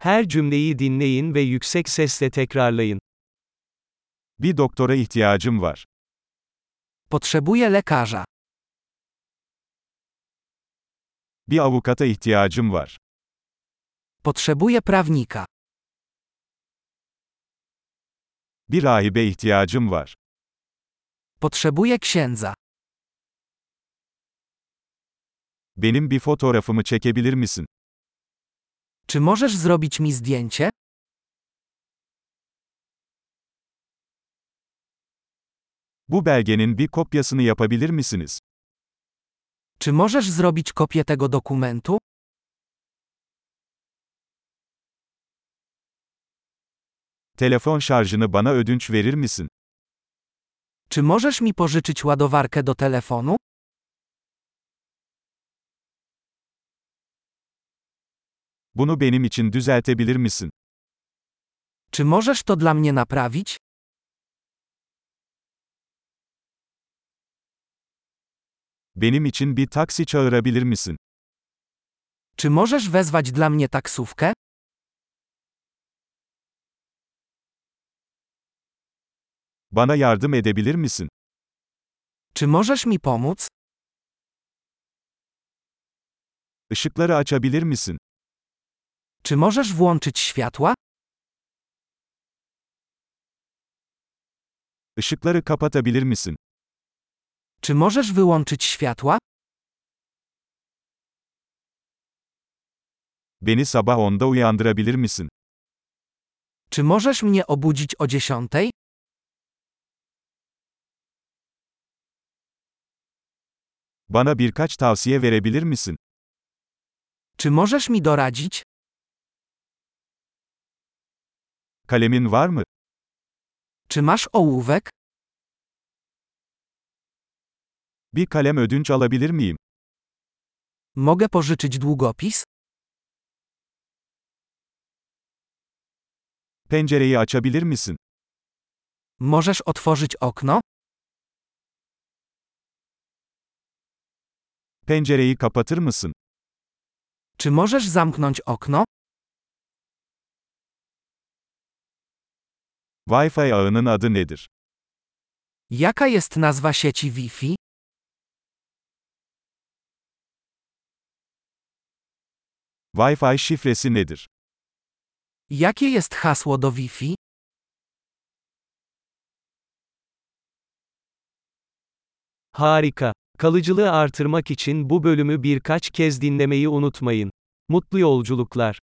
Her cümleyi dinleyin ve yüksek sesle tekrarlayın. Bir doktora ihtiyacım var. Potrzebuję lekarza. Bir avukata ihtiyacım var. Potrzebuję prawnika. Bir rahibe ihtiyacım var. Potrzebuję księdza. Benim bir fotoğrafımı çekebilir misin? Czy możesz zrobić mi zdjęcie? Bu belgenin bir kopyasını yapabilir misiniz? Czy możesz zrobić kopię tego dokumentu? Telefon şarjını bana ödünç verir misin? Czy możesz mi pożyczyć ładowarkę do telefonu? Bunu benim için düzeltebilir misin? Czy możesz to dla mnie naprawić? Benim için bir taksi çağırabilir misin? Czy możesz wezwać dla mnie taksówkę? Bana yardım edebilir misin? Czy możesz mi pomóc? Işıkları açabilir misin? Czy możesz włączyć światła? Işıkları kapatabilir misin? Czy możesz wyłączyć światła? Beni sabah 10'da uyandırabilir misin? Czy możesz mnie obudzić o dziesiątej? Bana birkaç tavsiye verebilir misin? Czy możesz mi doradzić? Kalemin var mı? Czy masz ołówek? Bir kalem ödünç alabilir miyim? Mogę pożyczyć długopis? Pencereyi açabilir misin? Możesz otworzyć okno? Pencereyi kapatır mısın? Czy możesz zamknąć okno? Wi-Fi ağının adı nedir? Jaka jest nazwa sieci Wi-Fi? Wi-Fi şifresi nedir? Jakie jest hasło do Wi-Fi? Harika. Kalıcılığı artırmak için bu bölümü birkaç kez dinlemeyi unutmayın. Mutlu yolculuklar.